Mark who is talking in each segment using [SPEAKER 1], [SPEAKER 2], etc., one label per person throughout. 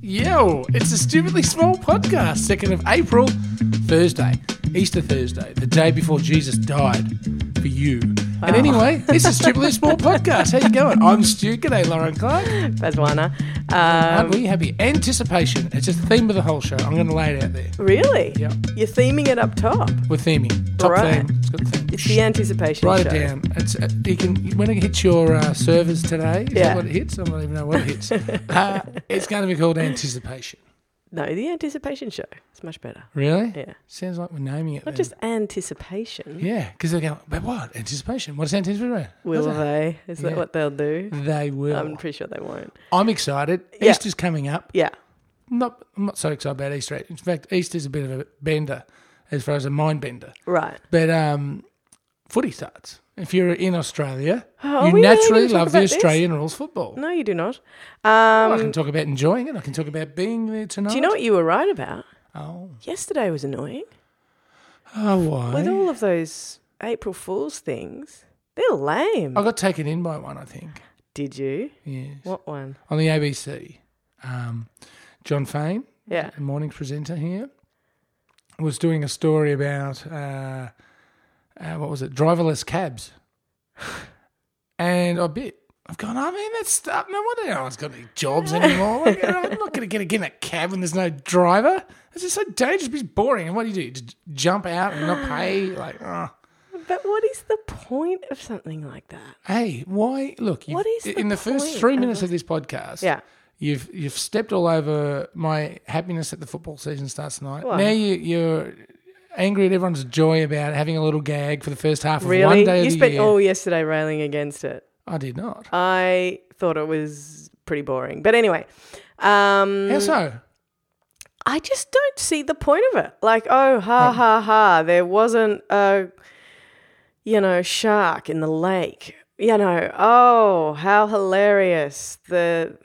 [SPEAKER 1] Yo, it's a stupidly small podcast. Second of April, Thursday, Easter Thursday, the day before Jesus died for you.
[SPEAKER 2] Oh.
[SPEAKER 1] And anyway, it's a stupidly small podcast. How you going? I'm Stu. G'day, Lauren Clark.
[SPEAKER 2] Um, Bazwana.
[SPEAKER 1] Aren't
[SPEAKER 2] Um,
[SPEAKER 1] we happy? Anticipation. It's just the theme of the whole show. I'm going to lay it out there.
[SPEAKER 2] really?
[SPEAKER 1] Yeah.
[SPEAKER 2] You're theming it up top.
[SPEAKER 1] We're theming. Top
[SPEAKER 2] Right.
[SPEAKER 1] theme. It's got the theme.
[SPEAKER 2] It's the anticipation
[SPEAKER 1] Write
[SPEAKER 2] show.
[SPEAKER 1] it down. It's, uh, you can when it hits your uh, servers today. Is that
[SPEAKER 2] Yeah.
[SPEAKER 1] what it hits? I don't even know what it hits. uh, it's going to be called anticipation.
[SPEAKER 2] No, the anticipation show. It's much better.
[SPEAKER 1] Really?
[SPEAKER 2] Yeah.
[SPEAKER 1] Sounds like we're naming it. then.
[SPEAKER 2] Not just anticipation.
[SPEAKER 1] Yeah, because they're going. But what anticipation? What's anticipation?
[SPEAKER 2] Will they? Is
[SPEAKER 1] Yeah.
[SPEAKER 2] that what they'll do?
[SPEAKER 1] They will.
[SPEAKER 2] uh, I'm pretty sure they won't.
[SPEAKER 1] I'm excited.
[SPEAKER 2] Yeah.
[SPEAKER 1] Easter's coming up.
[SPEAKER 2] Yeah.
[SPEAKER 1] I'm not I'm not so excited about Easter. In fact, Easter's a bit of a bender as far as a mind bender.
[SPEAKER 2] Right.
[SPEAKER 1] But um, footy starts. If you're in Australia,
[SPEAKER 2] Oh, are
[SPEAKER 1] you
[SPEAKER 2] we really
[SPEAKER 1] naturally
[SPEAKER 2] gonna talk
[SPEAKER 1] love the
[SPEAKER 2] about this?
[SPEAKER 1] Australian rules football.
[SPEAKER 2] No, you do not.
[SPEAKER 1] Well, I
[SPEAKER 2] Um,
[SPEAKER 1] can talk about enjoying it. I can talk about being there tonight.
[SPEAKER 2] do you know what you were right about?
[SPEAKER 1] Oh,
[SPEAKER 2] Yesterday was annoying.
[SPEAKER 1] oh why?
[SPEAKER 2] With all of those April Fool's things, they're lame.
[SPEAKER 1] I got taken in by one, I think.
[SPEAKER 2] Did you?
[SPEAKER 1] Oh. Yes.
[SPEAKER 2] What one?
[SPEAKER 1] On the ABC. Um, John Fain,
[SPEAKER 2] Yeah.
[SPEAKER 1] a morning presenter here, was doing a story about uh, uh, what was it, driverless cabs, and I bit. I've gone. I mean, that's stuff. No wonder no one's got any jobs anymore. You know, I'm not going to get in a cab when there's no driver. It's just so dangerous. It's boring. And what do you do? Just jump out and not pay? Like, oh.
[SPEAKER 2] But what is the point of something like that?
[SPEAKER 1] hey, why? Look, you've-
[SPEAKER 2] What is the
[SPEAKER 1] in the first
[SPEAKER 2] point
[SPEAKER 1] three
[SPEAKER 2] of
[SPEAKER 1] minutes of this podcast?
[SPEAKER 2] Yeah.
[SPEAKER 1] You've you've stepped all over my happiness that the football season starts tonight.
[SPEAKER 2] Why?
[SPEAKER 1] Now you, you're angry at everyone's joy about having a little gag for the first half of one
[SPEAKER 2] Really?
[SPEAKER 1] day
[SPEAKER 2] You
[SPEAKER 1] of the
[SPEAKER 2] spent
[SPEAKER 1] year.
[SPEAKER 2] all Um, yesterday railing against it.
[SPEAKER 1] I did not.
[SPEAKER 2] I thought it was pretty boring. But anyway, um,
[SPEAKER 1] How so?
[SPEAKER 2] I just don't see the point of it. Like, oh, ha, ha, ha, there wasn't a, you know, shark in the lake. You know, oh, how hilarious. The,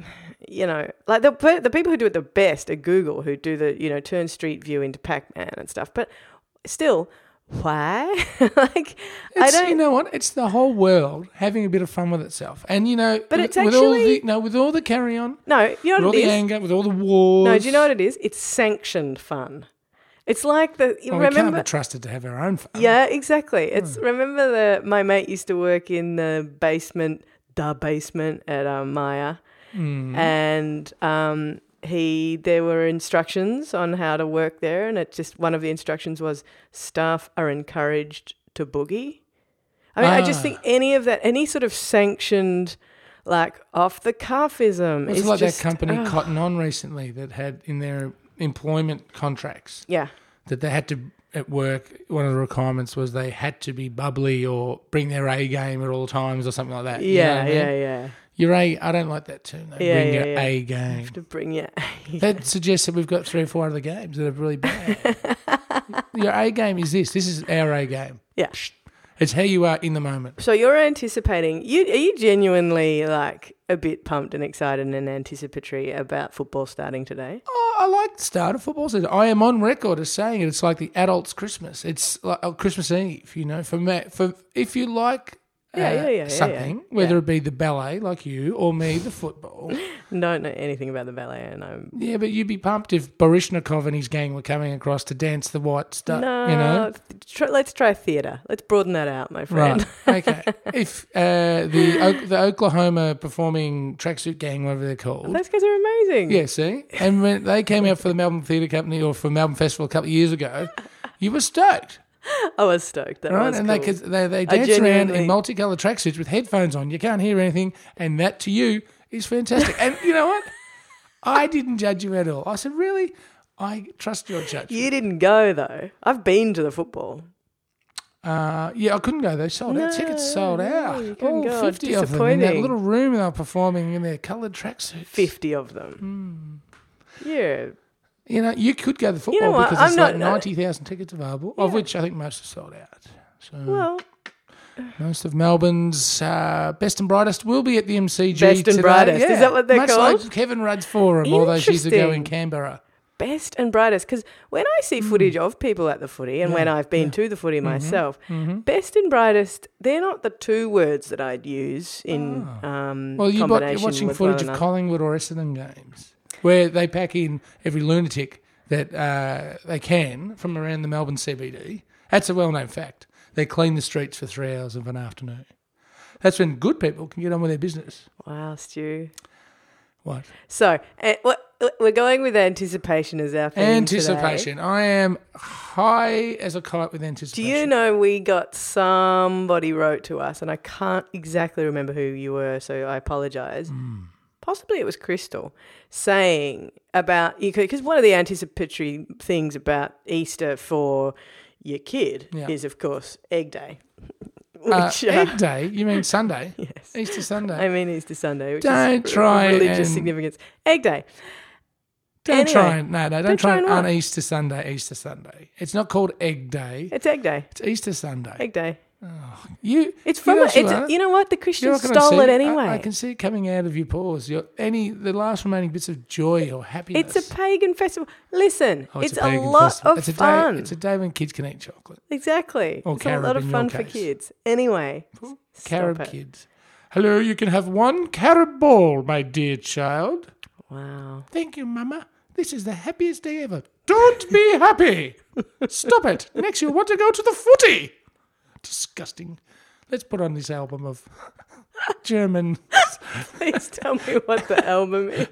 [SPEAKER 2] you know, like the, pe- the people who do it the best are Google, who do the, you know, turn Street View into Pac Man and stuff. But still, why? like, I
[SPEAKER 1] It's,
[SPEAKER 2] don't.
[SPEAKER 1] You know what? It's the whole world having a bit of fun with itself, and you know,
[SPEAKER 2] But
[SPEAKER 1] with,
[SPEAKER 2] it's
[SPEAKER 1] with all
[SPEAKER 2] actually-
[SPEAKER 1] the no, with all the carry on,
[SPEAKER 2] no, you
[SPEAKER 1] with
[SPEAKER 2] know
[SPEAKER 1] all
[SPEAKER 2] what
[SPEAKER 1] the
[SPEAKER 2] it is?
[SPEAKER 1] anger, with all the wars.
[SPEAKER 2] No, do you know what it is? It's sanctioned fun. It's like the, you
[SPEAKER 1] Well, Oh, we can't
[SPEAKER 2] remember,
[SPEAKER 1] be trusted to have Hmm. our own fun.
[SPEAKER 2] Yeah, exactly. It's remember the my mate used to work in the basement, the basement at um, Maya,
[SPEAKER 1] Hmm.
[SPEAKER 2] and um, he there were instructions on how to work there, and it just one of the instructions was staff are encouraged to boogie. I mean, I just
[SPEAKER 1] Ah.
[SPEAKER 2] think any of that, any sort of sanctioned, like off the cuffism,
[SPEAKER 1] It's
[SPEAKER 2] is
[SPEAKER 1] like
[SPEAKER 2] just, ah.
[SPEAKER 1] that company
[SPEAKER 2] ugh.
[SPEAKER 1] Cotton On recently that had in their employment contracts
[SPEAKER 2] yeah,
[SPEAKER 1] that they had to at work. One of the requirements was they had to be bubbly or bring their A game at all times or something like that. You know
[SPEAKER 2] yeah,
[SPEAKER 1] what I mean?
[SPEAKER 2] yeah, yeah.
[SPEAKER 1] Your A, I don't like that term. Though.
[SPEAKER 2] Yeah,
[SPEAKER 1] bring
[SPEAKER 2] yeah,
[SPEAKER 1] your
[SPEAKER 2] yeah.
[SPEAKER 1] A game.
[SPEAKER 2] To bring it,
[SPEAKER 1] That suggests that we've got three or four other games that are really bad. your A game is this. This is our A game.
[SPEAKER 2] yeah.
[SPEAKER 1] It's how you are in the moment.
[SPEAKER 2] So you're anticipating you are you genuinely like a bit pumped and excited and anticipatory about football starting today?
[SPEAKER 1] Oh, I like the start of football season. I am on record as saying it. It's like the adults' Christmas. It's like oh, Christmas Eve. You know, for me, for if you like. uh,
[SPEAKER 2] Yeah, yeah, yeah, yeah, yeah.
[SPEAKER 1] something, whether it be the ballet like you or me, the football.
[SPEAKER 2] Don't know anything about the ballet and I'm
[SPEAKER 1] yeah, but you'd be pumped if Barishnikov and his gang were coming across to dance the white stuff.
[SPEAKER 2] no,
[SPEAKER 1] Uh, you know,
[SPEAKER 2] tr- let's try theatre. Let's broaden that out, my friend.
[SPEAKER 1] Right. okay. If uh, the O- the Oklahoma performing tracksuit gang, whatever they're called.
[SPEAKER 2] Those guys are amazing.
[SPEAKER 1] Yeah, see? And when they came out for the Melbourne Theatre Company or for Melbourne Festival a couple of years ago, you were stoked,
[SPEAKER 2] I was stoked. That
[SPEAKER 1] right?
[SPEAKER 2] was
[SPEAKER 1] And
[SPEAKER 2] cool.
[SPEAKER 1] they, could, they they
[SPEAKER 2] I
[SPEAKER 1] dance around in
[SPEAKER 2] genuinely-
[SPEAKER 1] multicoloured tracksuits with headphones on. You can't hear anything, and that to you is fantastic. and you know what? I didn't judge you at all. I said, really, I trust your judgment.
[SPEAKER 2] you didn't go though. I've been to the football.
[SPEAKER 1] Uh, yeah, I couldn't go. They sold out. Tickets sold
[SPEAKER 2] No,
[SPEAKER 1] out.
[SPEAKER 2] you couldn't
[SPEAKER 1] All
[SPEAKER 2] go.
[SPEAKER 1] 50 of them in that
[SPEAKER 2] Disappointing.
[SPEAKER 1] little room they were performing in their coloured tracksuits.
[SPEAKER 2] Fifty of them.
[SPEAKER 1] Hmm.
[SPEAKER 2] Yeah.
[SPEAKER 1] You know, you could go to the football
[SPEAKER 2] know what?
[SPEAKER 1] because
[SPEAKER 2] I'm
[SPEAKER 1] there's like
[SPEAKER 2] not- no.
[SPEAKER 1] 90,000 tickets available, of which I think most are sold out. So
[SPEAKER 2] Well,
[SPEAKER 1] most of Melbourne's uh, best and brightest will be at the MCG
[SPEAKER 2] Best and
[SPEAKER 1] today.
[SPEAKER 2] brightest. Is that what they're
[SPEAKER 1] Much
[SPEAKER 2] called?
[SPEAKER 1] like Kevin Rudd's Forum all those years ago in
[SPEAKER 2] Interesting.
[SPEAKER 1] Canberra.
[SPEAKER 2] best and brightest because when I see footage
[SPEAKER 1] Mm.
[SPEAKER 2] of people at the footy and when I've been to the footy
[SPEAKER 1] Mm-hmm,
[SPEAKER 2] myself, best and brightest, they're not the two words that I'd use in um,
[SPEAKER 1] Ah. Well, you
[SPEAKER 2] combination
[SPEAKER 1] are watching
[SPEAKER 2] with
[SPEAKER 1] footage
[SPEAKER 2] one
[SPEAKER 1] of
[SPEAKER 2] another.
[SPEAKER 1] Collingwood or Essendon games. where they pack in every lunatic that uh, they can from around the Melbourne CBD. That's a well-known fact. They clean the streets for three hours of an afternoon. That's when good people can get on with their business.
[SPEAKER 2] Wow, Stu.
[SPEAKER 1] What?
[SPEAKER 2] So eh, wha- we're going with anticipation as our theme today.
[SPEAKER 1] Anticipation. I am high as a kite with
[SPEAKER 2] Do
[SPEAKER 1] anticipation.
[SPEAKER 2] you know we got somebody wrote to us, and I can't exactly remember who you were, so I apologize.
[SPEAKER 1] Hmm.
[SPEAKER 2] Possibly it was Crystal saying about you because one of the anticipatory things about Easter for your kid
[SPEAKER 1] Yeah.
[SPEAKER 2] is, of course, Egg Day.
[SPEAKER 1] Uh,
[SPEAKER 2] Which, uh,
[SPEAKER 1] Egg Day? You mean Sunday?
[SPEAKER 2] yes, Um,
[SPEAKER 1] Easter Sunday.
[SPEAKER 2] I mean Easter Sunday, which
[SPEAKER 1] Don't
[SPEAKER 2] is
[SPEAKER 1] try and-
[SPEAKER 2] religious significance. Egg Day.
[SPEAKER 1] don't
[SPEAKER 2] anyway,
[SPEAKER 1] try and, no, no, don't,
[SPEAKER 2] don't
[SPEAKER 1] try
[SPEAKER 2] try
[SPEAKER 1] and
[SPEAKER 2] and what?
[SPEAKER 1] on Easter Sunday, Easter Sunday. It's not called Egg Day.
[SPEAKER 2] It's Egg Day.
[SPEAKER 1] It's Easter Sunday.
[SPEAKER 2] Egg Day.
[SPEAKER 1] You,
[SPEAKER 2] It's
[SPEAKER 1] you
[SPEAKER 2] from
[SPEAKER 1] know
[SPEAKER 2] a,
[SPEAKER 1] what you
[SPEAKER 2] it's,
[SPEAKER 1] are?
[SPEAKER 2] you know what the
[SPEAKER 1] You know
[SPEAKER 2] Christians
[SPEAKER 1] what I can
[SPEAKER 2] stole it
[SPEAKER 1] see? I-
[SPEAKER 2] anyway.
[SPEAKER 1] I, can see it coming out of your pores. Your any the last remaining bits of joy or happiness.
[SPEAKER 2] It's a pagan festival. Listen,
[SPEAKER 1] Oh,
[SPEAKER 2] it's, a,
[SPEAKER 1] pagan
[SPEAKER 2] lot
[SPEAKER 1] festival.
[SPEAKER 2] of
[SPEAKER 1] it's a day,
[SPEAKER 2] fun.
[SPEAKER 1] It's a day when kids can eat chocolate.
[SPEAKER 2] exactly.
[SPEAKER 1] Or
[SPEAKER 2] it's a
[SPEAKER 1] carob in
[SPEAKER 2] lot of
[SPEAKER 1] your
[SPEAKER 2] fun for
[SPEAKER 1] case.
[SPEAKER 2] kids. Anyway, stop
[SPEAKER 1] Carob
[SPEAKER 2] it.
[SPEAKER 1] kids. Hello, you can have one carob ball, my dear child.
[SPEAKER 2] Wow.
[SPEAKER 1] Thank you, Mama. This is the happiest day ever. Don't be happy. Stop it. Next, you'll want to go to the footy. Disgusting. Let's put on this album of German,
[SPEAKER 2] Please tell me what the album is.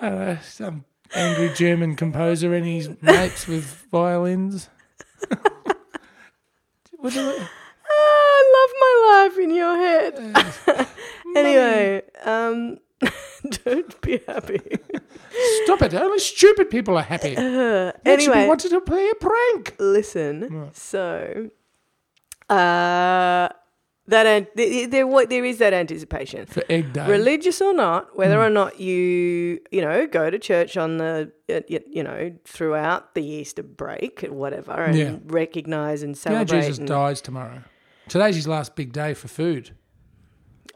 [SPEAKER 1] uh, some angry German composer and his mates with violins. What do we-
[SPEAKER 2] Ah, I love my life in your head. anyway, um, don't be happy. Uh,
[SPEAKER 1] Stop it. Only stupid people are happy. Next, we
[SPEAKER 2] anyway.
[SPEAKER 1] wanted to play a prank.
[SPEAKER 2] Listen. So, uh, that an- there, there, wa- there is that anticipation.
[SPEAKER 1] For Egg Day.
[SPEAKER 2] religious or not, whether
[SPEAKER 1] Mm.
[SPEAKER 2] or not you you know go to church on the uh, y- you know throughout the Easter break or whatever, and
[SPEAKER 1] Yeah.
[SPEAKER 2] recognize and
[SPEAKER 1] You know,
[SPEAKER 2] celebrate.
[SPEAKER 1] Jesus
[SPEAKER 2] and-
[SPEAKER 1] dies tomorrow. Today's his last big day for food.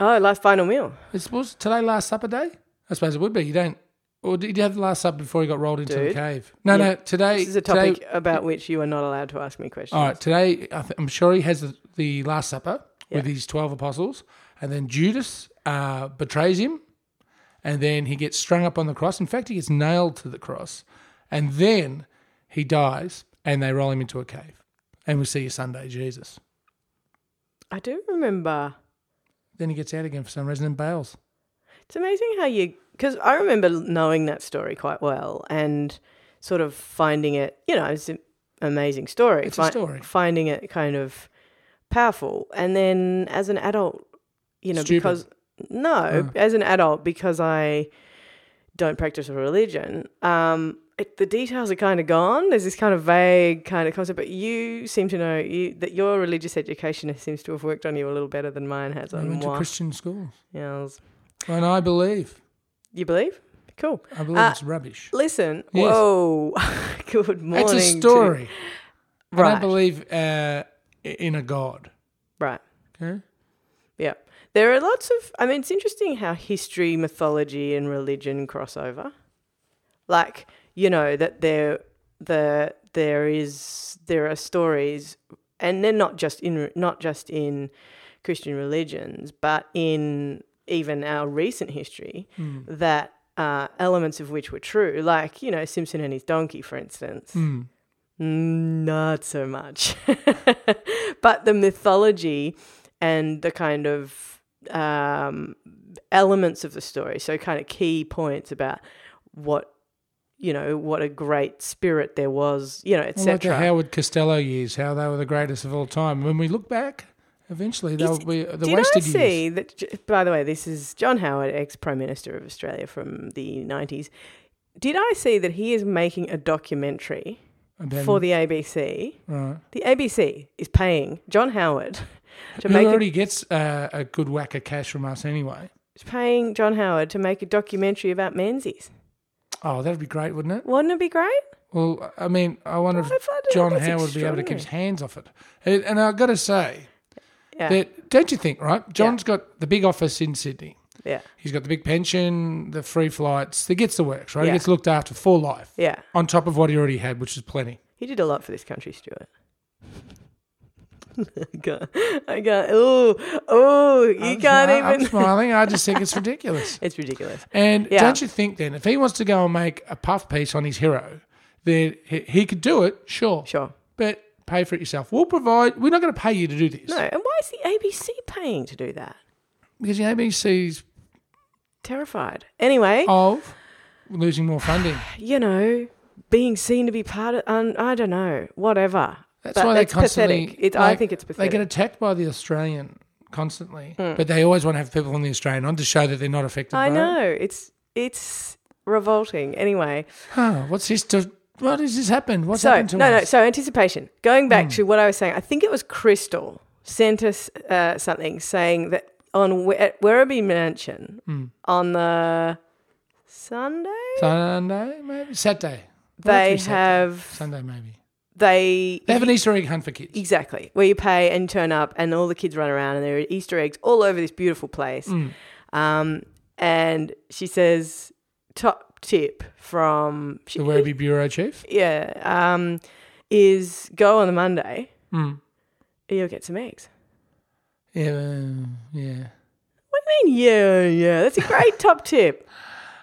[SPEAKER 2] oh, last final meal.
[SPEAKER 1] It's, was today Last Supper day? I suppose it would be. You don't, or did you have the Last Supper before he got rolled into the
[SPEAKER 2] Dude.
[SPEAKER 1] cave? No, no. Today,
[SPEAKER 2] This is a topic
[SPEAKER 1] Today,
[SPEAKER 2] about which you are not allowed to ask me questions.
[SPEAKER 1] all right. Today, I th- I'm sure he has the, the Last Supper with
[SPEAKER 2] Yeah.
[SPEAKER 1] his twelve apostles, and then Judas uh, betrays him, and then he gets strung up on the cross. In fact, he gets nailed to the cross, and then he dies, and they roll him into a cave, and we see you Sunday, Jesus.
[SPEAKER 2] I do remember.
[SPEAKER 1] Then he gets out again for some reason and bails.
[SPEAKER 2] It's amazing how you because I remember knowing that story quite well and sort of finding it. You know, it's an amazing story.
[SPEAKER 1] It's a story.
[SPEAKER 2] Finding it kind of powerful, and then as an adult, you know,
[SPEAKER 1] Stupid.
[SPEAKER 2] because no, as an adult, because I don't practice a religion. Um, it, the details are kind of gone. There's this kind of vague kind of concept, but you seem to know you, that your religious education seems to have worked on you a little better than mine has
[SPEAKER 1] I
[SPEAKER 2] on
[SPEAKER 1] went to
[SPEAKER 2] moi.
[SPEAKER 1] Christian schools,
[SPEAKER 2] Yeah, I was-
[SPEAKER 1] and I believe,
[SPEAKER 2] you believe? Cool.
[SPEAKER 1] I believe
[SPEAKER 2] Uh,
[SPEAKER 1] it's rubbish.
[SPEAKER 2] Listen.
[SPEAKER 1] Yes.
[SPEAKER 2] Whoa. Good morning.
[SPEAKER 1] It's a
[SPEAKER 2] to-
[SPEAKER 1] story. I
[SPEAKER 2] Right.
[SPEAKER 1] don't believe uh, in a god.
[SPEAKER 2] Right.
[SPEAKER 1] Okay.
[SPEAKER 2] Yeah. There are lots of. I mean, it's interesting how history, mythology, and religion cross over. Like you know that there, the there is there are stories, and they're not just in not just in Christian religions, but in even our recent history
[SPEAKER 1] Hmm.
[SPEAKER 2] that. Uh, elements of which were true, like you know Simpson and his donkey, for instance.
[SPEAKER 1] Mm.
[SPEAKER 2] Mm, Not so much. but the mythology and the kind of um, elements of the story, so kind of key points about what you know, what a great spirit there was, you know,
[SPEAKER 1] Well, like the
[SPEAKER 2] etc.
[SPEAKER 1] Howard Costello years, how they were the greatest of all time. When we look back, eventually they'll
[SPEAKER 2] Is-
[SPEAKER 1] be the
[SPEAKER 2] Did I
[SPEAKER 1] wasted
[SPEAKER 2] see
[SPEAKER 1] years.
[SPEAKER 2] that? j- By the way, this is John Howard, ex Prime Minister of Australia from the nineties. Did I see that he is making a documentary
[SPEAKER 1] About
[SPEAKER 2] for the ABC?
[SPEAKER 1] right.
[SPEAKER 2] The ABC is paying John Howard to
[SPEAKER 1] Who
[SPEAKER 2] make a
[SPEAKER 1] already gets uh, a good whack of cash from us anyway.
[SPEAKER 2] It's paying John Howard to make a documentary about Menzies.
[SPEAKER 1] Oh, that'd be great, wouldn't it?
[SPEAKER 2] Wouldn't it be great?
[SPEAKER 1] Well, I mean, I wonder
[SPEAKER 2] Well, if I do,
[SPEAKER 1] if John
[SPEAKER 2] that's
[SPEAKER 1] Howard would be able to keep
[SPEAKER 2] extraordinary.
[SPEAKER 1] his hands off it. And, and I've got to say,
[SPEAKER 2] Yeah.
[SPEAKER 1] that, don't you think, right? John's got the big office in Sydney.
[SPEAKER 2] Yeah.
[SPEAKER 1] He's got the big pension, the free flights. He gets the works, right? He
[SPEAKER 2] Yeah.
[SPEAKER 1] gets looked after for life
[SPEAKER 2] Yeah.
[SPEAKER 1] on top of what he already had, which is plenty.
[SPEAKER 2] He did a lot for this country, Stuart. I can't. I can't. Oh, oh, you
[SPEAKER 1] I'm
[SPEAKER 2] can't
[SPEAKER 1] smi- I'm
[SPEAKER 2] even.
[SPEAKER 1] smiling. I just think it's ridiculous.
[SPEAKER 2] It's ridiculous.
[SPEAKER 1] And
[SPEAKER 2] Yeah.
[SPEAKER 1] don't you think then, if he wants to go and make a puff piece on his hero, then he, he could do it, sure.
[SPEAKER 2] Sure.
[SPEAKER 1] But pay for it yourself. We'll provide, we're not going to pay you to do this.
[SPEAKER 2] No, and why is the ABC paying to do that?
[SPEAKER 1] Because the ABC's
[SPEAKER 2] Terrified. Anyway,
[SPEAKER 1] of losing more funding.
[SPEAKER 2] you know, being seen to be part of. Um, I don't know. Whatever.
[SPEAKER 1] That's
[SPEAKER 2] But
[SPEAKER 1] why they
[SPEAKER 2] it's
[SPEAKER 1] constantly.
[SPEAKER 2] pathetic. It, I
[SPEAKER 1] like,
[SPEAKER 2] think it's
[SPEAKER 1] They
[SPEAKER 2] pathetic. Hmm.
[SPEAKER 1] get attacked by the Australian constantly, but they always want to have people on the Australian on to show that they're not affected.
[SPEAKER 2] I
[SPEAKER 1] by It.
[SPEAKER 2] know. It's it's revolting. Anyway,
[SPEAKER 1] Huh, what's this? To, what has this happened? What's
[SPEAKER 2] so
[SPEAKER 1] happened to
[SPEAKER 2] no,
[SPEAKER 1] us? Hmm.
[SPEAKER 2] no. So anticipation. Going back to what I was saying, I think it was Crystal sent us uh, something saying that on Wer- at Werribee Mansion
[SPEAKER 1] Hmm.
[SPEAKER 2] on the Sunday
[SPEAKER 1] Sunday, maybe Saturday. Well,
[SPEAKER 2] they
[SPEAKER 1] that's Saturday.
[SPEAKER 2] have
[SPEAKER 1] Sunday, maybe
[SPEAKER 2] they
[SPEAKER 1] they have an Easter egg hunt for kids.
[SPEAKER 2] Exactly. Where you pay and turn up, and all the kids run around, and there are Easter eggs all over this beautiful place.
[SPEAKER 1] Hmm.
[SPEAKER 2] Um, and she says, top tip from she,
[SPEAKER 1] The Werribee bureau chief.
[SPEAKER 2] yeah, um, is go on the Monday,
[SPEAKER 1] Mm.
[SPEAKER 2] you'll get some eggs.
[SPEAKER 1] Yeah, um, yeah.
[SPEAKER 2] What do you mean? Yeah, yeah. That's a great top tip.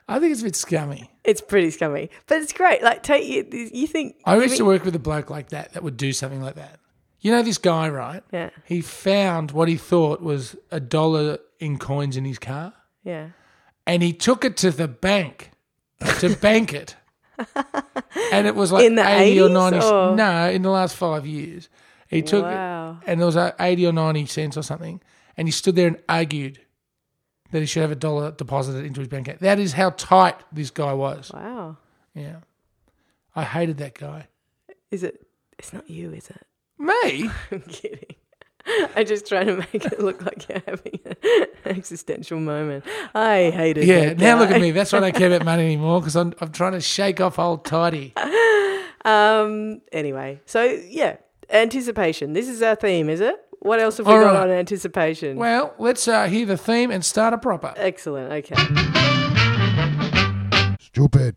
[SPEAKER 1] I think it's a bit scummy.
[SPEAKER 2] It's pretty scummy, but it's great. Like, take you, you think
[SPEAKER 1] I used to work with a bloke like that that would do something like that. You know this guy, right?
[SPEAKER 2] yeah,
[SPEAKER 1] He found what he thought was a dollar in coins in his car.
[SPEAKER 2] yeah.
[SPEAKER 1] and he took it to the bank to bank it. And it was like
[SPEAKER 2] In the
[SPEAKER 1] 80 or
[SPEAKER 2] 80s
[SPEAKER 1] 90
[SPEAKER 2] or-
[SPEAKER 1] No, in the last five years. He took
[SPEAKER 2] Wow.
[SPEAKER 1] it, and it was like 80 or 90 cents or something. And he stood there and argued that he should have a dollar deposited into his bank account. That is how tight this guy was.
[SPEAKER 2] Wow.
[SPEAKER 1] Yeah. I hated that guy.
[SPEAKER 2] Is it? It's not you, is it?
[SPEAKER 1] Me?
[SPEAKER 2] I'm kidding. I'm just trying to make it look like you're having an existential moment. I hate it.
[SPEAKER 1] Yeah. Now look at me. That's why I don't care about money anymore because I'm, I'm trying to shake off old tidy.
[SPEAKER 2] Um. Anyway, so yeah, anticipation. This is our theme, is it? What else have we
[SPEAKER 1] All
[SPEAKER 2] got
[SPEAKER 1] right.
[SPEAKER 2] on anticipation?
[SPEAKER 1] Well, let's uh, hear the theme and start a proper.
[SPEAKER 2] Excellent. Okay.
[SPEAKER 3] Stupid.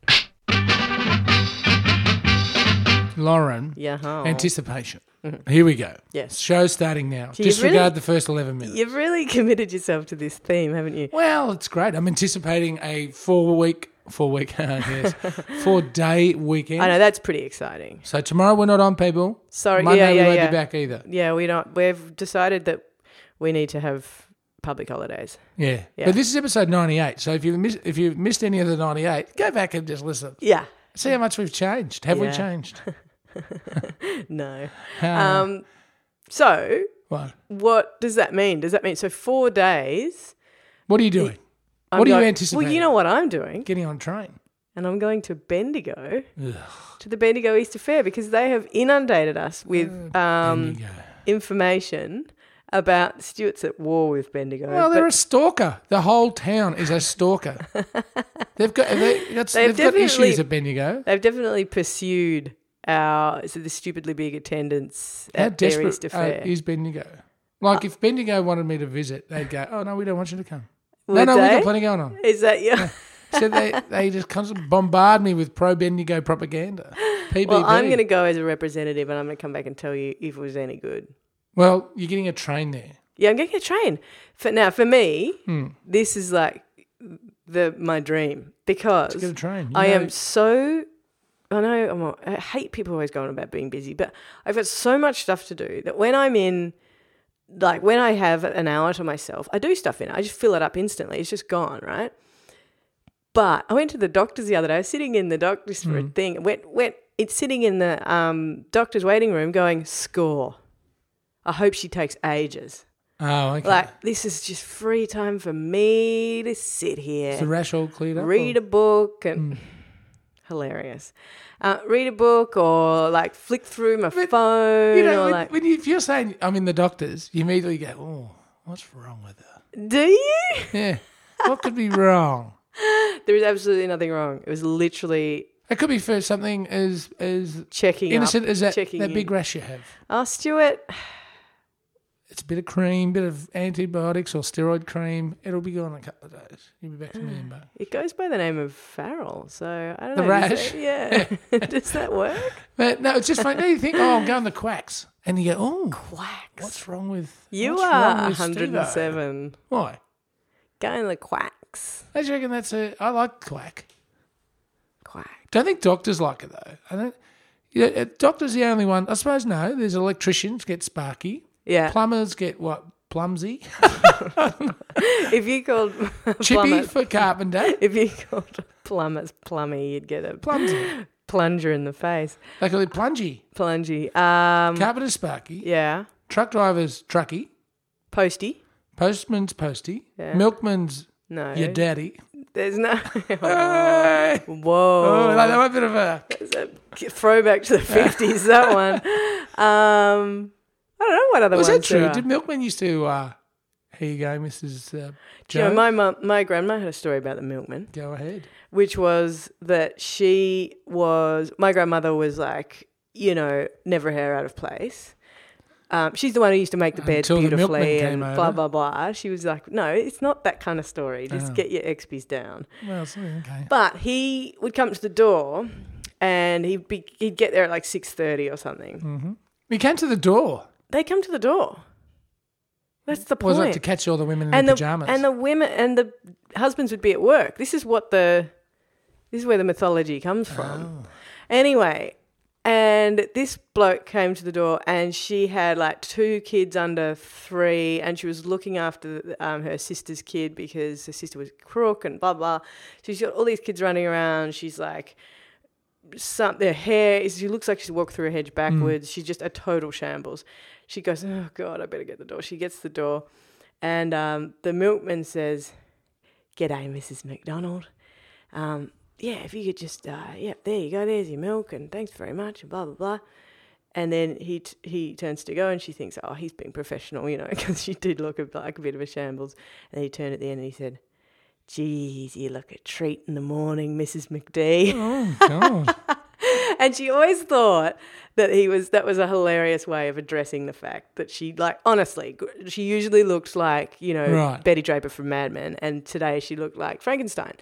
[SPEAKER 1] Lauren.
[SPEAKER 2] Yeah. huh.
[SPEAKER 1] Anticipation. Here we go.
[SPEAKER 2] Yes.
[SPEAKER 1] Show starting now.
[SPEAKER 2] you
[SPEAKER 1] Disregard
[SPEAKER 2] really-
[SPEAKER 1] the first 11 minutes.
[SPEAKER 2] You've really committed yourself to this theme, haven't you?
[SPEAKER 1] Well, it's great. I'm anticipating a four week, four week, yes, four day weekend.
[SPEAKER 2] I know that's pretty exciting.
[SPEAKER 1] So tomorrow we're not on, people.
[SPEAKER 2] Sorry.
[SPEAKER 1] Monday
[SPEAKER 2] yeah.
[SPEAKER 1] we
[SPEAKER 2] Yeah.
[SPEAKER 1] won't
[SPEAKER 2] Yeah.
[SPEAKER 1] be back either.
[SPEAKER 2] yeah. We don't. We've decided that we need to have public holidays.
[SPEAKER 1] Yeah.
[SPEAKER 2] Yeah.
[SPEAKER 1] But this is episode 98. So if you've, missed, if you've missed any of the 98, go back and just listen.
[SPEAKER 2] Yeah.
[SPEAKER 1] See how much we've changed. Have we
[SPEAKER 2] Yeah.
[SPEAKER 1] changed?
[SPEAKER 2] No.
[SPEAKER 1] Uh,
[SPEAKER 2] Um. So
[SPEAKER 1] what?
[SPEAKER 2] what does that mean? Does that mean so four days?
[SPEAKER 1] what are you doing?
[SPEAKER 2] I'm
[SPEAKER 1] What are you
[SPEAKER 2] going-
[SPEAKER 1] anticipating?
[SPEAKER 2] Well, you know what I'm doing,
[SPEAKER 1] Getting on a train.
[SPEAKER 2] and I'm going to Bendigo
[SPEAKER 1] Ugh.
[SPEAKER 2] to the Bendigo Easter Fair because they have inundated us with
[SPEAKER 1] Mm. There
[SPEAKER 2] um,
[SPEAKER 1] you go.
[SPEAKER 2] information about Stuart's at war with Bendigo.
[SPEAKER 1] Well,
[SPEAKER 2] but
[SPEAKER 1] they're a stalker. The whole town is a stalker. they've got they, that's, they've,
[SPEAKER 2] They've
[SPEAKER 1] got issues
[SPEAKER 2] definitely-
[SPEAKER 1] at Bendigo.
[SPEAKER 2] they've definitely pursued our so the stupidly big attendance
[SPEAKER 1] How
[SPEAKER 2] at their Easter
[SPEAKER 1] desperate uh,
[SPEAKER 2] Fair.
[SPEAKER 1] is Bendigo? Like,
[SPEAKER 2] Uh,
[SPEAKER 1] if Bendigo wanted me to visit, they'd go, "Oh no, we don't want you to come."
[SPEAKER 2] Would
[SPEAKER 1] no, no, we
[SPEAKER 2] they?
[SPEAKER 1] got plenty going on.
[SPEAKER 2] Is that yeah?
[SPEAKER 1] So they they just constantly bombard me with pro Bendigo propaganda. PBB.
[SPEAKER 2] Well, I'm going to go as a representative, and I'm going to come back and tell you if it was any good.
[SPEAKER 1] Well, you're getting a train there.
[SPEAKER 2] Yeah, I'm going to get a train. For now, for me,
[SPEAKER 1] Hmm.
[SPEAKER 2] this is like the my dream because
[SPEAKER 1] Get a train. You
[SPEAKER 2] I
[SPEAKER 1] know-
[SPEAKER 2] am so. I know I'm, not- I hate people always going about being busy, but I've got so much stuff to do that when I'm in, like when I have an hour to myself, I do stuff in it. I just fill it up instantly. It's just gone, right? But I went to the doctor's the other day. I was sitting in the doctor's for
[SPEAKER 1] Hmm.
[SPEAKER 2] a thing. Went went. It's sitting in the um, doctor's waiting room, going score. I hope she takes ages.
[SPEAKER 1] Oh, okay.
[SPEAKER 2] Like this is just free time for me to sit here
[SPEAKER 1] is the rash all cleared up?
[SPEAKER 2] read
[SPEAKER 1] or-
[SPEAKER 2] a book
[SPEAKER 1] Mm.
[SPEAKER 2] and hilarious. Uh, read a book or like flick through my phone
[SPEAKER 1] You know,
[SPEAKER 2] or
[SPEAKER 1] when,
[SPEAKER 2] like
[SPEAKER 1] when you, if you're saying I'm in the doctor's, you immediately go, "Oh, what's wrong with her?"
[SPEAKER 2] do you?
[SPEAKER 1] Yeah. What could be wrong?
[SPEAKER 2] There was absolutely nothing wrong. It was literally
[SPEAKER 1] It could be for something as as
[SPEAKER 2] checking up,
[SPEAKER 1] innocent as that,
[SPEAKER 2] checking
[SPEAKER 1] that big
[SPEAKER 2] in.
[SPEAKER 1] rash you have.
[SPEAKER 2] Oh, Stuart,
[SPEAKER 1] It's a bit of cream, bit of antibiotics or steroid cream. It'll be gone in a couple of days. You'll be back to me and back.
[SPEAKER 2] it goes by the name of Farrell, so I don't
[SPEAKER 1] The
[SPEAKER 2] know. does
[SPEAKER 1] rash?
[SPEAKER 2] that- yeah. does that work?
[SPEAKER 1] But no, it's just funny. Now you think, oh, I'm going the quacks. and you go, oh,
[SPEAKER 2] Quacks.
[SPEAKER 1] what's wrong with
[SPEAKER 2] you
[SPEAKER 1] what's
[SPEAKER 2] are
[SPEAKER 1] wrong with Stevo?
[SPEAKER 2] 107.
[SPEAKER 1] Why?
[SPEAKER 2] Go in the quacks.
[SPEAKER 1] I reckon that's a. I like quack.
[SPEAKER 2] Quack.
[SPEAKER 1] Don't think doctors like it though. I don't. Yeah, uh, doctors the only one. I suppose no. There's electricians get sparky.
[SPEAKER 2] Yeah.
[SPEAKER 1] Plumbers get what plumsy.
[SPEAKER 2] if you called
[SPEAKER 1] Chippy
[SPEAKER 2] plumber,
[SPEAKER 1] for carpenter.
[SPEAKER 2] if you called plumbers plummy, you'd get a
[SPEAKER 1] Plumsy.
[SPEAKER 2] plunger in the face.
[SPEAKER 1] They call it plungy.
[SPEAKER 2] Mm. Plungy. Um,
[SPEAKER 1] Carpenter sparky.
[SPEAKER 2] yeah.
[SPEAKER 1] Truck drivers trucky.
[SPEAKER 2] Posty.
[SPEAKER 1] Postman's posty.
[SPEAKER 2] Yeah.
[SPEAKER 1] Milkman's
[SPEAKER 2] No.
[SPEAKER 1] your daddy.
[SPEAKER 2] There's no.
[SPEAKER 1] Hey! Oh,
[SPEAKER 2] Whoa.
[SPEAKER 1] like that one bit of a.
[SPEAKER 2] Throwback to the 50s, that one. Um, I don't know what other
[SPEAKER 1] Was that
[SPEAKER 2] ones there
[SPEAKER 1] true?
[SPEAKER 2] are.
[SPEAKER 1] Did milkman used to? Uh, here you go, Mrs. Uh,
[SPEAKER 2] Do you know,
[SPEAKER 1] Jones.
[SPEAKER 2] my mum, my grandma had a story about the milkman,
[SPEAKER 1] go ahead.
[SPEAKER 2] which was that she was my grandmother was like, you know, never a hair out of place. Um, she's the one who used to make the bed
[SPEAKER 1] Until the milkman
[SPEAKER 2] beautifully
[SPEAKER 1] came
[SPEAKER 2] and
[SPEAKER 1] over.
[SPEAKER 2] blah blah blah. She was like, no, it's not that kind of story. Just
[SPEAKER 1] Oh.
[SPEAKER 2] get your expies down.
[SPEAKER 1] Well, so- okay.
[SPEAKER 2] But he would come to the door, and he'd be he'd get there at like six thirty or something.
[SPEAKER 1] We came to the door.
[SPEAKER 2] They come to the door. That's the point.
[SPEAKER 1] Was it to catch all the women in
[SPEAKER 2] and
[SPEAKER 1] their
[SPEAKER 2] the
[SPEAKER 1] pajamas?
[SPEAKER 2] and the women and the husbands would be at work. This is what the this is where the mythology comes from.
[SPEAKER 1] Oh,
[SPEAKER 2] Anyway, and this bloke came to the door, and she had like two kids under three, and she was looking after um, her sister's kid because her sister was a crook and blah blah. So she's got all these kids running around. She's like. Some, their hair is she looks like she's walked through a hedge backwards. She's just a total shambles. She goes, Oh God, I better get the door. She gets the door. And um, the milkman says, G'day, Mrs. McDonald. Um, yeah, if you could just, uh, yeah, there you go, there's your milk, and thanks very much, and blah, blah, blah. And then he t- he turns to go, and she thinks, oh, he's been professional, you know, because she did look a, like a bit of a shambles. And he turned at the end and he said, Geez, you look a treat in the morning, Mrs. McD.
[SPEAKER 1] oh God!
[SPEAKER 2] And she always thought that he was that was a hilarious way of addressing the fact that she like honestly gr- she usually looked like you know
[SPEAKER 1] Right.
[SPEAKER 2] Betty Draper from Mad Men and today she looked like Frankenstein.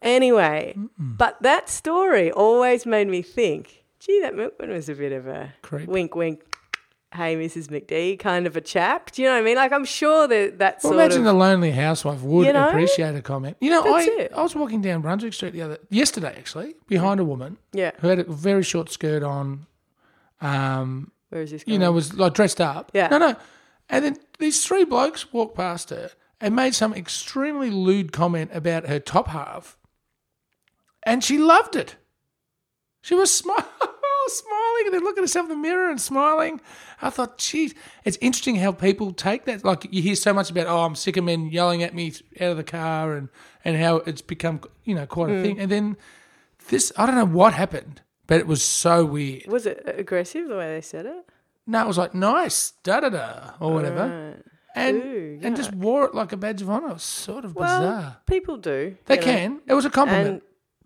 [SPEAKER 2] Anyway, but that story always made me think, gee, that milkman was a bit of a
[SPEAKER 1] Creep.
[SPEAKER 2] wink, wink, hey, Mrs. McD kind of a chap. Do you know what I mean? Like I'm sure that that
[SPEAKER 1] Well,
[SPEAKER 2] sort
[SPEAKER 1] imagine
[SPEAKER 2] of
[SPEAKER 1] the lonely housewife would
[SPEAKER 2] You know?
[SPEAKER 1] appreciate a comment. You know,
[SPEAKER 2] That's
[SPEAKER 1] I
[SPEAKER 2] it.
[SPEAKER 1] I was walking down Brunswick Street the other yesterday actually behind a woman
[SPEAKER 2] yeah.
[SPEAKER 1] who had a very short skirt on. Um,
[SPEAKER 2] Where is this? Going?
[SPEAKER 1] you know, was like dressed up.
[SPEAKER 2] Yeah.
[SPEAKER 1] No, no. And then these three blokes walked past her and made some extremely lewd comment about her top half. And she loved it. She was smiling, smiling, and then looking at herself in the mirror and smiling. I thought, geez, it's interesting how people take that. Like you hear so much about, oh, I'm sick of men yelling at me out of the car, and and how it's become, you know, quite a thing. And then this, I don't know what happened, but it was so weird.
[SPEAKER 2] was it aggressive the way they said it?
[SPEAKER 1] No, it was like nice, da da da, or whatever,
[SPEAKER 2] Right.
[SPEAKER 1] and
[SPEAKER 2] Ooh,
[SPEAKER 1] and just wore it like a badge of honor. It was sort of
[SPEAKER 2] Well,
[SPEAKER 1] bizarre.
[SPEAKER 2] people do.
[SPEAKER 1] They
[SPEAKER 2] you know.
[SPEAKER 1] can. It was a compliment,
[SPEAKER 2] And-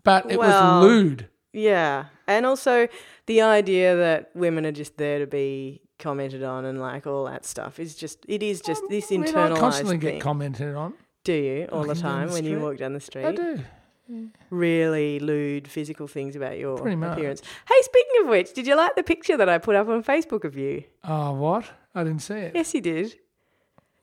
[SPEAKER 1] but it
[SPEAKER 2] well-
[SPEAKER 1] was lewd.
[SPEAKER 2] Yeah. And also the idea that women are just there to be commented on and like all that stuff is just it is just this
[SPEAKER 1] I mean,
[SPEAKER 2] internalized
[SPEAKER 1] I Oh, Um, constantly
[SPEAKER 2] thing.
[SPEAKER 1] get commented on.
[SPEAKER 2] do you all the
[SPEAKER 1] Walking down
[SPEAKER 2] time
[SPEAKER 1] the
[SPEAKER 2] when you
[SPEAKER 1] street.
[SPEAKER 2] walk down the
[SPEAKER 1] I
[SPEAKER 2] street?
[SPEAKER 1] do.
[SPEAKER 2] Really lewd physical things about your
[SPEAKER 1] Pretty much.
[SPEAKER 2] appearance. Hey, speaking of which, did you like the picture that I put up on Facebook of you?
[SPEAKER 1] Oh, what? I didn't see it.
[SPEAKER 2] Yes, you did.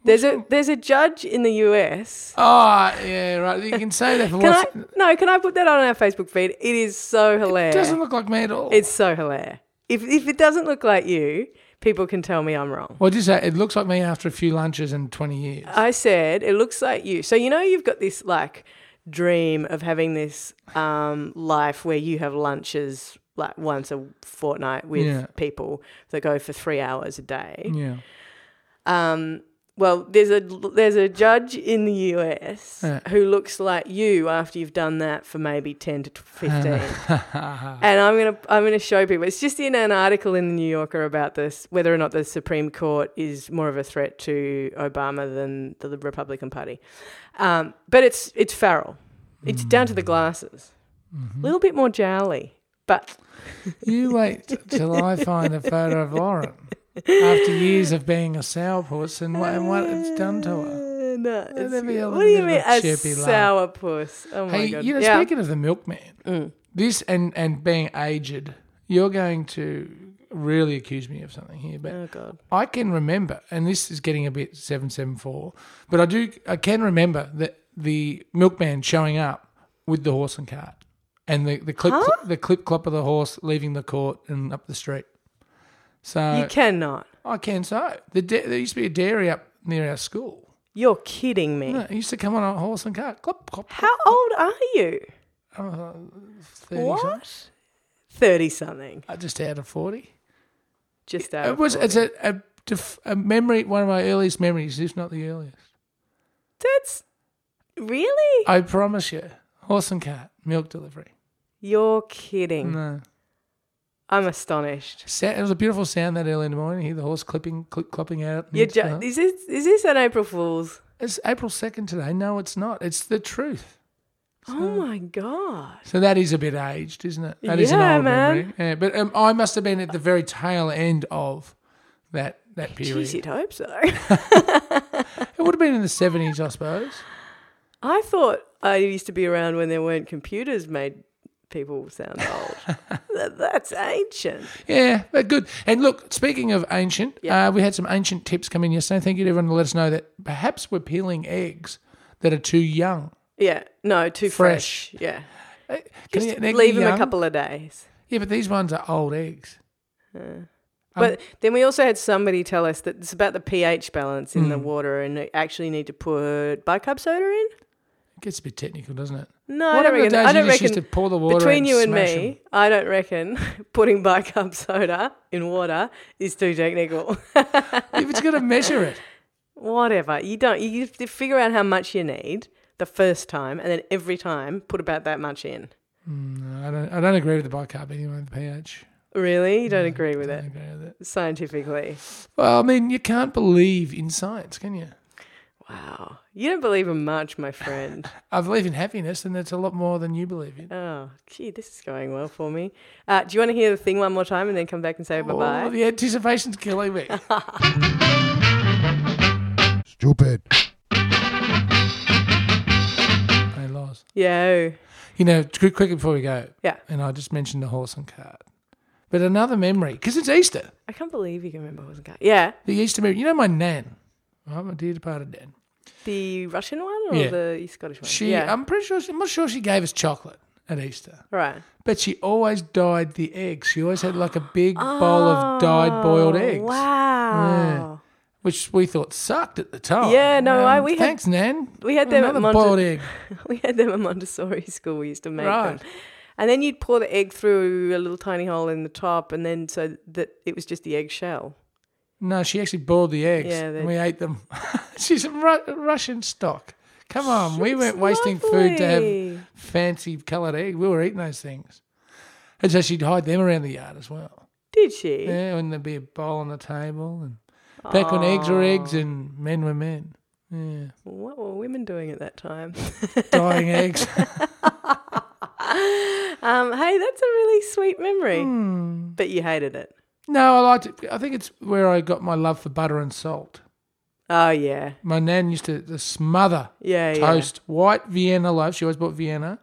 [SPEAKER 2] There's a there's a judge in the US
[SPEAKER 1] Oh, yeah, right. You can say that for
[SPEAKER 2] Can
[SPEAKER 1] what?
[SPEAKER 2] I no? Can I put that on our Facebook feed? It is so
[SPEAKER 1] It
[SPEAKER 2] hilarious.
[SPEAKER 1] doesn't look like me at all.
[SPEAKER 2] It's so hilarious. If if it doesn't look like you, people can tell me I'm wrong.
[SPEAKER 1] what do you say? It looks like me after a few lunches and twenty years.
[SPEAKER 2] I said it looks like you. So you know you've got this like dream of having this um, life where you have lunches like once a fortnight with
[SPEAKER 1] Yeah.
[SPEAKER 2] people that go for three hours a day.
[SPEAKER 1] yeah.
[SPEAKER 2] Um, well, there's a there's a judge in the US
[SPEAKER 1] Yeah.
[SPEAKER 2] who looks like you after you've done that for maybe ten to fifteen. and I'm gonna I'm gonna show people. It's just in an article in the New Yorker about this whether or not the Supreme Court is more of a threat to Obama than the Republican Party. Um, but it's it's Farrell. It's down to the glasses. A little bit more jowly, but
[SPEAKER 1] You wait till I find a photo of Lauren after years of being a sourpuss and what, and what it's done to her.
[SPEAKER 2] Uh, no, it's-
[SPEAKER 1] that'd be a
[SPEAKER 2] what do you
[SPEAKER 1] little
[SPEAKER 2] mean
[SPEAKER 1] bit
[SPEAKER 2] a
[SPEAKER 1] chippy laugh.
[SPEAKER 2] sourpuss? Oh my
[SPEAKER 1] Hey,
[SPEAKER 2] god!
[SPEAKER 1] you know,
[SPEAKER 2] yeah. Mm.
[SPEAKER 1] speaking of the milkman, this and and being aged, you're going to really accuse me of something here, but
[SPEAKER 2] Oh God.
[SPEAKER 1] I can remember, and this is getting a bit seven seven four, but I do I can remember that the milkman showing up with the horse and cart, and the the clip the clip clop of the horse leaving the court and up the street.
[SPEAKER 2] You
[SPEAKER 1] So
[SPEAKER 2] cannot.
[SPEAKER 1] I can so the da- there used to be a dairy up near our school.
[SPEAKER 2] You're kidding me.
[SPEAKER 1] No, It used to come on a horse and cart. Clop clop.
[SPEAKER 2] How old are you?
[SPEAKER 1] 30 something.
[SPEAKER 2] What? Thirty something.
[SPEAKER 1] Uh, Just out of forty.
[SPEAKER 2] Just out.
[SPEAKER 1] It
[SPEAKER 2] of
[SPEAKER 1] was. It's
[SPEAKER 2] 40.
[SPEAKER 1] a, a, def- a memory. One of my earliest memories, if not the earliest.
[SPEAKER 2] That's really.
[SPEAKER 1] I promise you, horse and cart milk delivery.
[SPEAKER 2] You're kidding.
[SPEAKER 1] No.
[SPEAKER 2] I'm astonished.
[SPEAKER 1] Sa- It was a beautiful sound that early in the morning. You hear the horse clipping, clip, clopping out.
[SPEAKER 2] You're
[SPEAKER 1] It's, uh,
[SPEAKER 2] jo- is this is this an April Fool's?
[SPEAKER 1] it's April 2nd today. No, it's not. It's the truth.
[SPEAKER 2] oh my god!
[SPEAKER 1] So that is a bit aged, isn't it? That is an
[SPEAKER 2] Yeah,
[SPEAKER 1] old
[SPEAKER 2] man.
[SPEAKER 1] memory. Yeah, but um, I must have been at the very tail end of that that period.
[SPEAKER 2] Jeez, you'd hope so.
[SPEAKER 1] It would have been in the 70s, I suppose.
[SPEAKER 2] I thought I used to be around when there weren't computers made people sound old. That- That's ancient.
[SPEAKER 1] Yeah, but good. And look, speaking of ancient,
[SPEAKER 2] Yeah.
[SPEAKER 1] uh, we had some ancient tips come in yesterday. Thank you to everyone to let us know that perhaps we're peeling eggs that are too young.
[SPEAKER 2] Yeah, no, too fresh.
[SPEAKER 1] Fresh.
[SPEAKER 2] Yeah,
[SPEAKER 1] Uh, Can
[SPEAKER 2] just
[SPEAKER 1] an egg be
[SPEAKER 2] leave them a
[SPEAKER 1] young?
[SPEAKER 2] couple of days.
[SPEAKER 1] Yeah, but these ones are old eggs. Um,
[SPEAKER 2] But then we also had somebody tell us that it's about the pH balance
[SPEAKER 1] Hmm.
[SPEAKER 2] in the water, and you actually need to put bicarb soda in.
[SPEAKER 1] It gets a bit technical, doesn't it?
[SPEAKER 2] No, I
[SPEAKER 1] One
[SPEAKER 2] don't
[SPEAKER 1] of the
[SPEAKER 2] reckon.
[SPEAKER 1] days
[SPEAKER 2] I
[SPEAKER 1] you
[SPEAKER 2] don't
[SPEAKER 1] just used
[SPEAKER 2] reckon.
[SPEAKER 1] to pour the water
[SPEAKER 2] Between
[SPEAKER 1] out
[SPEAKER 2] you and
[SPEAKER 1] smash
[SPEAKER 2] me,
[SPEAKER 1] 'em.
[SPEAKER 2] I don't reckon putting bicarb soda in water is too technical.
[SPEAKER 1] if it's going to measure it,
[SPEAKER 2] Whatever. You don't. You have to figure out how much you need the first time, and then every time put about that much in.
[SPEAKER 1] No, I don't. I don't agree with the bicarb anyway. The pH.
[SPEAKER 2] Really, you don't agree with
[SPEAKER 1] I don't
[SPEAKER 2] it
[SPEAKER 1] agree with it.
[SPEAKER 2] scientifically.
[SPEAKER 1] Well, I mean, you can't believe in science, can you?
[SPEAKER 2] Wow, you don't believe in much, my friend.
[SPEAKER 1] I believe in happiness, and that's a lot more than you believe in.
[SPEAKER 2] Oh, gee, this is going well for me. Uh, do you want to hear the thing one more time and then come back and say bye
[SPEAKER 1] Oh,
[SPEAKER 2] bye?
[SPEAKER 1] the anticipation's killing me.
[SPEAKER 3] Stupid.
[SPEAKER 1] hey, Loz.
[SPEAKER 2] Yo,
[SPEAKER 1] You know, quick, quick before we go,
[SPEAKER 2] yeah.
[SPEAKER 1] and I just mentioned the horse and cart, but another memory because it's Easter.
[SPEAKER 2] I can't believe you can remember what was going. Yeah,
[SPEAKER 1] The Easter memory. You know, my nan. right, my dear departed nan.
[SPEAKER 2] the Russian one or
[SPEAKER 1] Yeah.
[SPEAKER 2] the Scottish one?
[SPEAKER 1] She, um,
[SPEAKER 2] yeah.
[SPEAKER 1] I'm pretty sure. She, I'm not sure she gave us chocolate at Easter,
[SPEAKER 2] right.
[SPEAKER 1] but she always dyed the eggs. She always had like a big bowl of dyed boiled
[SPEAKER 2] Oh,
[SPEAKER 1] eggs,
[SPEAKER 2] Wow.
[SPEAKER 1] which we thought sucked at the time. Um,
[SPEAKER 2] Yeah, no, I- we had-
[SPEAKER 1] thanks, Nan.
[SPEAKER 2] we had them at
[SPEAKER 1] another
[SPEAKER 2] Monte-
[SPEAKER 1] boiled egg.
[SPEAKER 2] We had them at Montessori school. We used to make
[SPEAKER 1] Right.
[SPEAKER 2] them. And then you'd pour the egg through a little tiny hole in the top, and then so that it was just the eggshell.
[SPEAKER 1] No, she actually boiled the eggs,
[SPEAKER 2] Yeah, they-
[SPEAKER 1] and we ate them. She's a Ru- Russian stock. Come on, we weren't wasting food to have
[SPEAKER 2] Lovely.
[SPEAKER 1] fancy coloured egg. We were eating those things, and so she'd hide them around the yard as well.
[SPEAKER 2] Did she?
[SPEAKER 1] Yeah, and there'd be a bowl on the table, and back when eggs were eggs and men were men. Yeah,
[SPEAKER 2] What were women doing at that time?
[SPEAKER 1] dying eggs.
[SPEAKER 2] Um, hey, that's a really sweet memory.
[SPEAKER 1] Mm.
[SPEAKER 2] But you hated it.
[SPEAKER 1] Hmm. No, I liked it. I think it's where I got my love for butter and salt.
[SPEAKER 2] Oh yeah,
[SPEAKER 1] My nan used to to smother
[SPEAKER 2] yeah, yeah. Mm.
[SPEAKER 1] toast white Vienna loaf. She always bought Vienna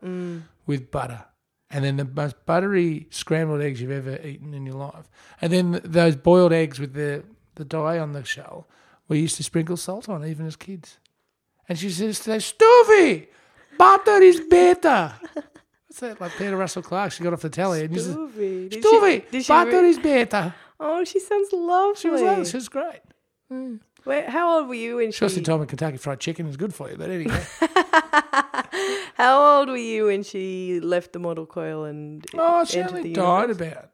[SPEAKER 1] with butter, and then the most buttery scrambled eggs you've ever eaten in your life, and then th- those boiled eggs with the the dye on the shell. We used to sprinkle salt on even as kids, and she says, to us, "Stuvi, butter is better." What's that? Like Peter Russell Clark, she got off the telly and used to.
[SPEAKER 2] Stuvi. Did
[SPEAKER 1] Stuvi,
[SPEAKER 2] did she
[SPEAKER 1] butter
[SPEAKER 2] re-
[SPEAKER 1] is better.
[SPEAKER 2] oh, she sounds lovely.
[SPEAKER 1] She was, like, she was great.
[SPEAKER 2] Wait, how old were you when
[SPEAKER 1] She also
[SPEAKER 2] she?
[SPEAKER 1] told me Kentucky Fried Chicken is good for you, but anyway.
[SPEAKER 2] How old were you when she left the model coil and?
[SPEAKER 1] Oh, she
[SPEAKER 2] entered
[SPEAKER 1] only
[SPEAKER 2] the
[SPEAKER 1] died
[SPEAKER 2] universe?
[SPEAKER 1] about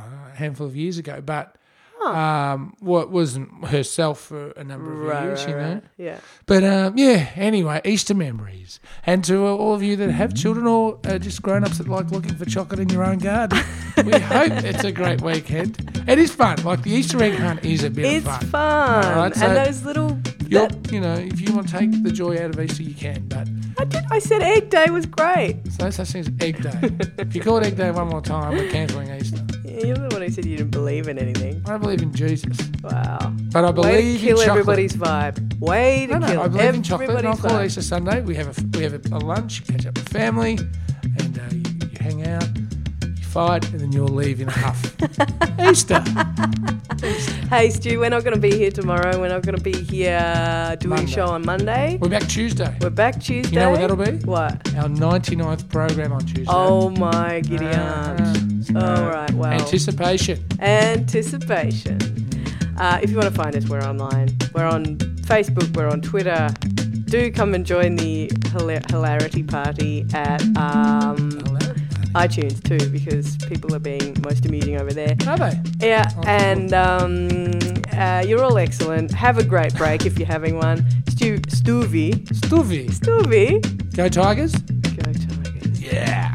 [SPEAKER 1] uh, a handful of years ago, but um, well, it wasn't herself for a number of
[SPEAKER 2] Right,
[SPEAKER 1] years,
[SPEAKER 2] right,
[SPEAKER 1] you know.
[SPEAKER 2] right. Yeah.
[SPEAKER 1] But um, yeah, anyway, Easter memories, and to all of you that
[SPEAKER 2] Mm-hmm.
[SPEAKER 1] have children or uh, just grown-ups that like looking for chocolate in your own garden, we hope it's a great weekend. It is fun. Like the Easter egg hunt is a bit
[SPEAKER 2] It's
[SPEAKER 1] of fun.
[SPEAKER 2] fun.
[SPEAKER 1] right, so-
[SPEAKER 2] and those little.
[SPEAKER 1] You're-
[SPEAKER 2] That,
[SPEAKER 1] you know, if you want to take the joy out of Easter, you can. But
[SPEAKER 2] I did. I said egg day was great.
[SPEAKER 1] there's no such thing as egg day. if you call it egg day one more time, we're cancelling Easter.
[SPEAKER 2] You're the one who said you didn't believe in anything.
[SPEAKER 1] I believe in Jesus,
[SPEAKER 2] Wow.
[SPEAKER 1] but I believe
[SPEAKER 2] Way to kill
[SPEAKER 1] in chocolate.
[SPEAKER 2] everybody's vibe. Way to
[SPEAKER 1] No, no,
[SPEAKER 2] kill
[SPEAKER 1] I believe in chocolate. And I'll
[SPEAKER 2] everybody's
[SPEAKER 1] call it
[SPEAKER 2] vibe.
[SPEAKER 1] Easter Sunday. We have a we have a, a lunch, catch up with family, and uh, you, you hang out, you fight, and then you'll leave in a huff. Easter.
[SPEAKER 2] Hey, Stu, we're not going to be here tomorrow. We're not going to be here doing
[SPEAKER 1] Monday.
[SPEAKER 2] a show on Monday.
[SPEAKER 1] We're back Tuesday.
[SPEAKER 2] We're back Tuesday.
[SPEAKER 1] know what that'll be?
[SPEAKER 2] What?
[SPEAKER 1] Our 99th program on Tuesday.
[SPEAKER 2] Oh my giddy
[SPEAKER 1] Ah,
[SPEAKER 2] aunt. All right, well.
[SPEAKER 1] Anticipation.
[SPEAKER 2] anticipation. Uh, if you want to find us, we're online. We're on Facebook, we're on Twitter. Do come and join the hila- hilarity party at um, iTunes too, because people are being most amusing over there.
[SPEAKER 1] Are they?
[SPEAKER 2] Yeah,
[SPEAKER 1] Awesome.
[SPEAKER 2] and um, uh, you're all excellent. Have a great break if you're having one. Stu, Stuvie,
[SPEAKER 1] Stuvi.
[SPEAKER 2] Stuvie,
[SPEAKER 1] Go Tigers?
[SPEAKER 2] go Tigers.
[SPEAKER 1] Yeah.